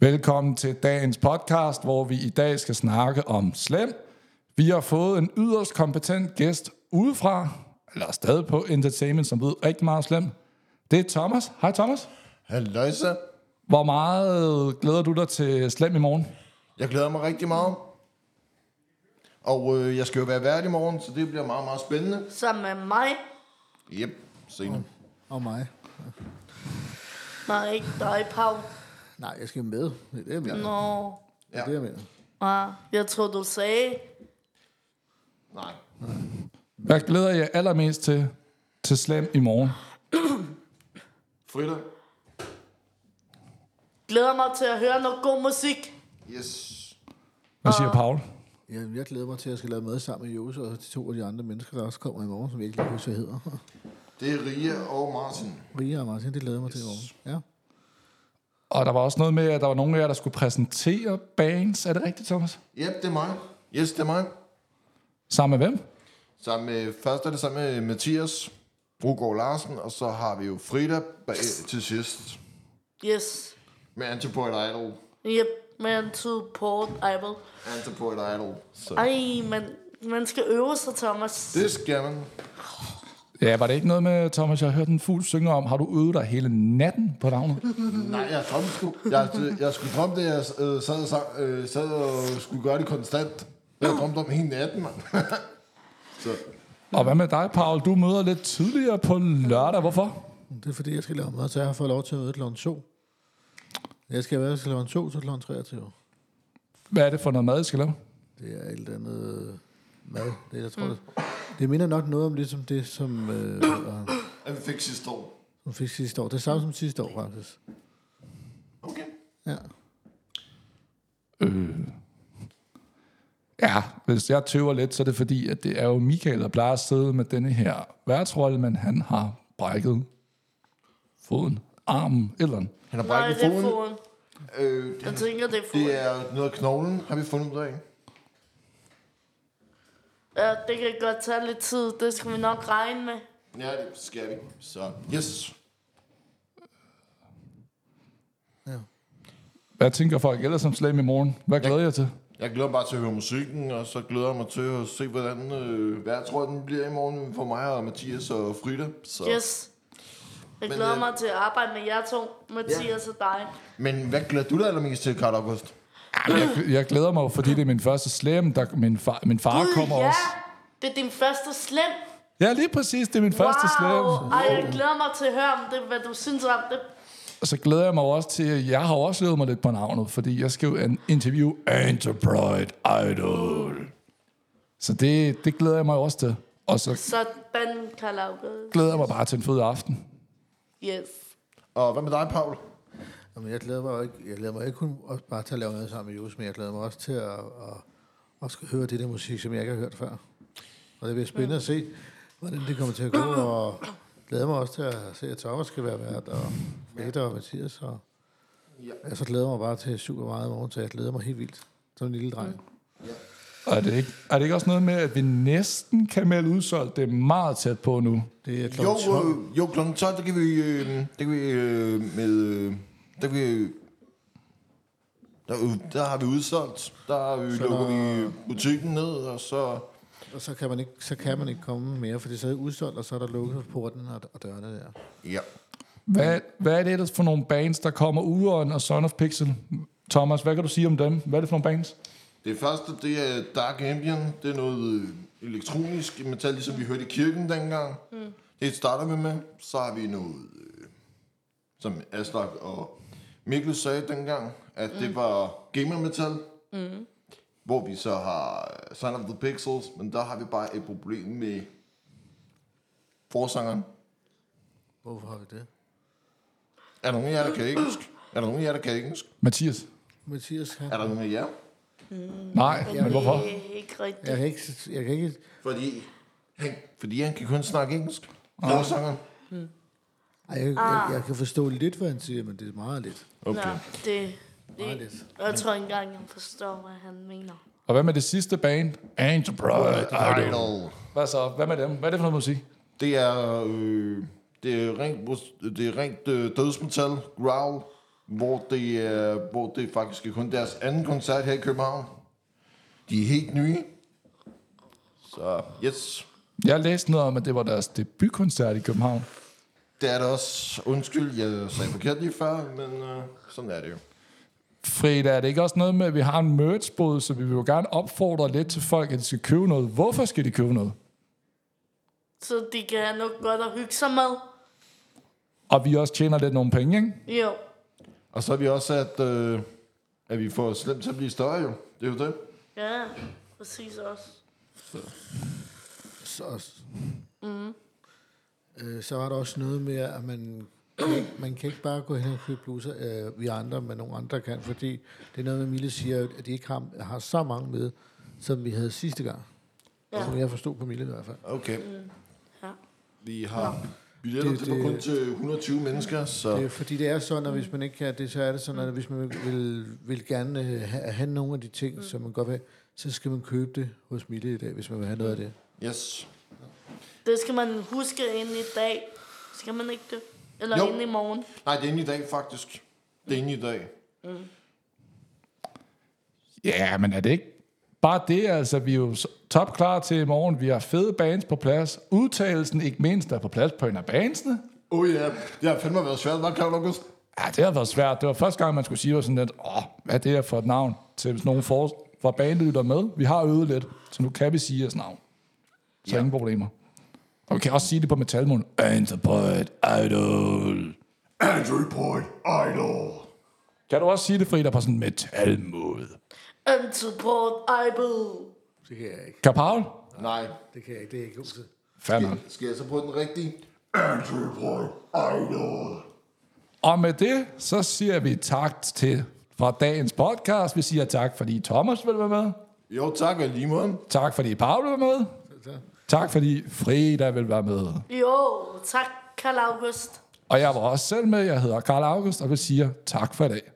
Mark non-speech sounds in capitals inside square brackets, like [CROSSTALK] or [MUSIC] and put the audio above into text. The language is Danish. Velkommen til dagens podcast, hvor vi i dag skal snakke om slem. Vi har fået en yderst kompetent gæst udefra, eller stadig på Entertainment, som ved rigtig meget om slem. Det er Thomas. Hej Thomas. Halløjsa. Hvor meget glæder du dig til slem i morgen? Jeg glæder mig rigtig meget. Og øh, jeg skal jo være vært i morgen, så det bliver meget, meget spændende. Sammen med mig. Yep, senere. Og mig. Nej, ikke dig, Pau. Nej, jeg skal med. Det er det, jeg mener. Nå. Det er det, jeg mener. Ah, jeg tror, du sagde... Nej. Hvad glæder jeg allermest til til slem i morgen? Frida? Glæder mig til at høre noget god musik. Yes. Hvad siger Paul? Jeg, jeg glæder mig til, at jeg skal lave mad sammen med Jose og de to af de andre mennesker, der også kommer i morgen, som jeg ikke lige husker, hvad hedder. [LAUGHS] Det er Ria og Martin. Ria og Martin, det glæder jeg mig til i morgen. Ja. Og der var også noget med, at der var nogen af jer, der skulle præsentere bands. Er det rigtigt, Thomas? Yep, det er mig. Yes, det er mig. Sammen med hvem? Sammen med, først er det sammen med Mathias Brogaard Larsen, og så har vi jo Frida bag, til sidst. Yes. Med Antipoid Idol. Yep, man to port Apple. Antipoid Idol. Så. Ej, man, man skal øve sig, Thomas. Det skal man. Ja, var det ikke noget med, Thomas, jeg hørte en fugl synge om, har du øvet dig hele natten på navnet? Nej, jeg drømte sgu. Jeg, jeg skulle drømme det, jeg øh, sad, og, sang- øh, sad og skulle gøre det konstant. Jeg drømte om hele natten, mand. [LAUGHS] Så Og hvad med dig, Paul? Du møder lidt tidligere på lørdag. Hvorfor? Det er fordi, jeg skal lave mad, så jeg har fået lov til at møde kl. 2. Jeg skal være kl. 2 til kl. 23. Hvad er det for noget mad, I skal lave? Det er et eller andet øh, mad. Det, er- jeg tror, det, det minder nok noget om ligesom det, som, øh, øh, at vi fik sidste år. som fik sidste år. Det er samme som sidste år, faktisk. Okay. Ja. Øh. Ja, hvis jeg tøver lidt, så er det fordi, at det er jo Michael, der plejer at sidde med denne her værtsrolle, men han har brækket foden, armen, eller andet. Han har Nej, brækket det er foden. foden. Øh, Jeg det, tænker, det er foden. det er noget af knoglen, har vi fundet ud af. Ja, det kan godt tage lidt tid. Det skal vi nok regne med. Ja, det skal vi. Så yes. Hvad tænker folk ellers om slam i morgen? Hvad glæder jeg til? Jeg glæder mig bare til at høre musikken, og så glæder jeg mig til at se, hvordan øh, værtsråden bliver i morgen for mig og Mathias og Frida. Så. Yes. Jeg Men, glæder øh, mig til at arbejde med jer to, Mathias og dig. Men hvad glæder du dig allermest til, Karl August? Jamen, Jeg, jeg glæder mig jo, fordi det er min første slam. Der, min, far, min far Gud, kommer ja. også. Det er din første slem. Ja, lige præcis. Det er min første slam. Ej, jeg glæder mig til at høre om det, hvad du synes om det. Og så glæder jeg mig også til, jeg har også øvet mig lidt på navnet, fordi jeg skrev en interview Enterprise Idol. Så det, det glæder jeg mig også til. Og så Sådan, Karl August. glæder jeg mig bare til en fed aften. Yes. Og hvad med dig, Paul? Jamen, jeg glæder mig jo ikke, jeg glæder mig ikke kun også bare til at lave noget sammen med Jose, men jeg glæder mig også til at, at, at skulle høre det der musik, som jeg ikke har hørt før. Og det bliver spændende at se, hvordan det kommer til at gå, og glæder mig også til at se, at Thomas skal være vært, og Freda og Mathias, og Ja. jeg så glæder mig bare til super meget i morgen, så jeg glæder mig helt vildt, som en lille dreng. Og er det, ikke, er det ikke også noget med, at vi næsten kan melde udsolgt? Det er meget tæt på nu. Det er klokken Jo, 12. øh, jo klokken 12, der kan vi, øh, der kan vi øh, med, øh, der kan vi, der, øh, der har vi udsolgt, der øh, lukker vi butikken ned, og så, Og så kan, man ikke, så kan man ikke komme mere, for det er så udsolgt, og så er der lukket på porten og, og dørene der. ja. Hvad, hvad er det ellers for nogle bands, der kommer Uren og Son of Pixel? Thomas, hvad kan du sige om dem? Hvad er det for nogle bands? Det første, det er Dark Ambient, det er noget øh, elektronisk metal, ligesom vi hørte i kirken dengang. Mm. Det starter vi med, så har vi noget, øh, som Aslak og Mikkel sagde dengang, at mm. det var gamer metal. Mm. Hvor vi så har Son of the Pixels, men der har vi bare et problem med forsangeren. Hvorfor har vi det? Er der nogen af jer, der kan engelsk? Er der nogen af jer, der kan engelsk? Mathias? Mathias, han, Er der nogen af jer? Nej, men hvorfor? Det er ikke rigtigt. jeg kan ikke, jeg kan ikke Fordi han, fordi han kan kun snakke engelsk. Forsangeren. Ej, jeg, jeg, jeg kan forstå lidt, hvad han siger, men det er meget lidt. Okay. Nå, det, det, Meget lidt. jeg tror ikke engang, jeg forstår, hvad han mener. Og hvad med det sidste band? Enterprise Idol. Idol. Hvad så? Hvad med dem? Hvad er det for noget musik? Det er, øh, det er rent, mus- det er rent øh, dødsmetal, growl, hvor det, er, hvor det faktisk er kun deres anden koncert her i København. De er helt nye. Så yes, Jeg læste noget om, at det var deres debutkoncert i København. det er det også. Undskyld, jeg sagde forkert lige før, men øh, sådan er det jo. Frida, er det ikke også noget med, at vi har en merchbod, så vi vil jo gerne opfordre lidt til folk, at de skal købe noget. Hvorfor skal de købe noget? Så de kan have noget godt at hygge sig med. Og vi også tjener lidt nogle penge, ikke? Jo. Og så er vi også, at, øh, at vi får slemt til at blive større jo. Det er jo det. Ja, præcis også. Så, mm. øh, så var der også noget med, at man, kan ikke- man kan ikke bare gå hen og købe bluser, øh, vi andre, men nogle andre kan, fordi det er noget med, Mille siger, at de ikke har, har så mange med, som vi havde sidste gang. Ja. Ja. Som Altså, jeg forstod på Mille i hvert fald. Okay. Ja. Vi har billetter Det- det, det, til på det- kun til 120 mennesker, så... Det er, fordi det er sådan, at hvis man ikke kan det, så er det sådan, at hvis man vil, vil gerne øh, ha- have nogle af de ting, som man godt vil, så skal man købe det hos Mille i dag, hvis man vil have noget af det. Yes. Det skal man huske ind i dag. Skal man ikke det? Eller Jo. jo. ind i morgen. Nej, det er inde i dag, faktisk. Det er inde i dag. Ja, men er det ikke bare det? Altså, vi er jo s- topklar til i morgen. Vi har fede bands på plads. Udtagelsen ikke mindst er på plads på en af bandsene. Åh oh, ja, yeah. det har fandme været svært, var Karl August? Ja, det har været svært. Det var første gang, man skulle sige var sådan lidt, åh, hvad er det her for et navn? Til hvis nogen for, fra bandet lytter med. Vi har øvet lidt, så nu kan vi sige jeres navn. Så ja. ingen problemer. Og vi kan også sige det på metalmund. Interpret Idol. Andrew Point Idol. Kan du også sige det, Frida, på sådan en metalmåde? Antiport Eibel. Det kan jeg ikke. Kan Paul? Nej. Det kan jeg ikke. Det er ikke god til. Fanden. Skal jeg så på den rigtige? Andrew Point Idol. Og med det, så siger vi tak til fra dagens podcast. Vi siger tak, fordi Thomas vil være med. Jo, tak og i lige måde. Tak, fordi Paul vil være med. Tak, fordi Frida vil være med. Jo, tak Karl August. Og jeg var også selv med. Jeg hedder Karl August, og vi siger tak for i dag.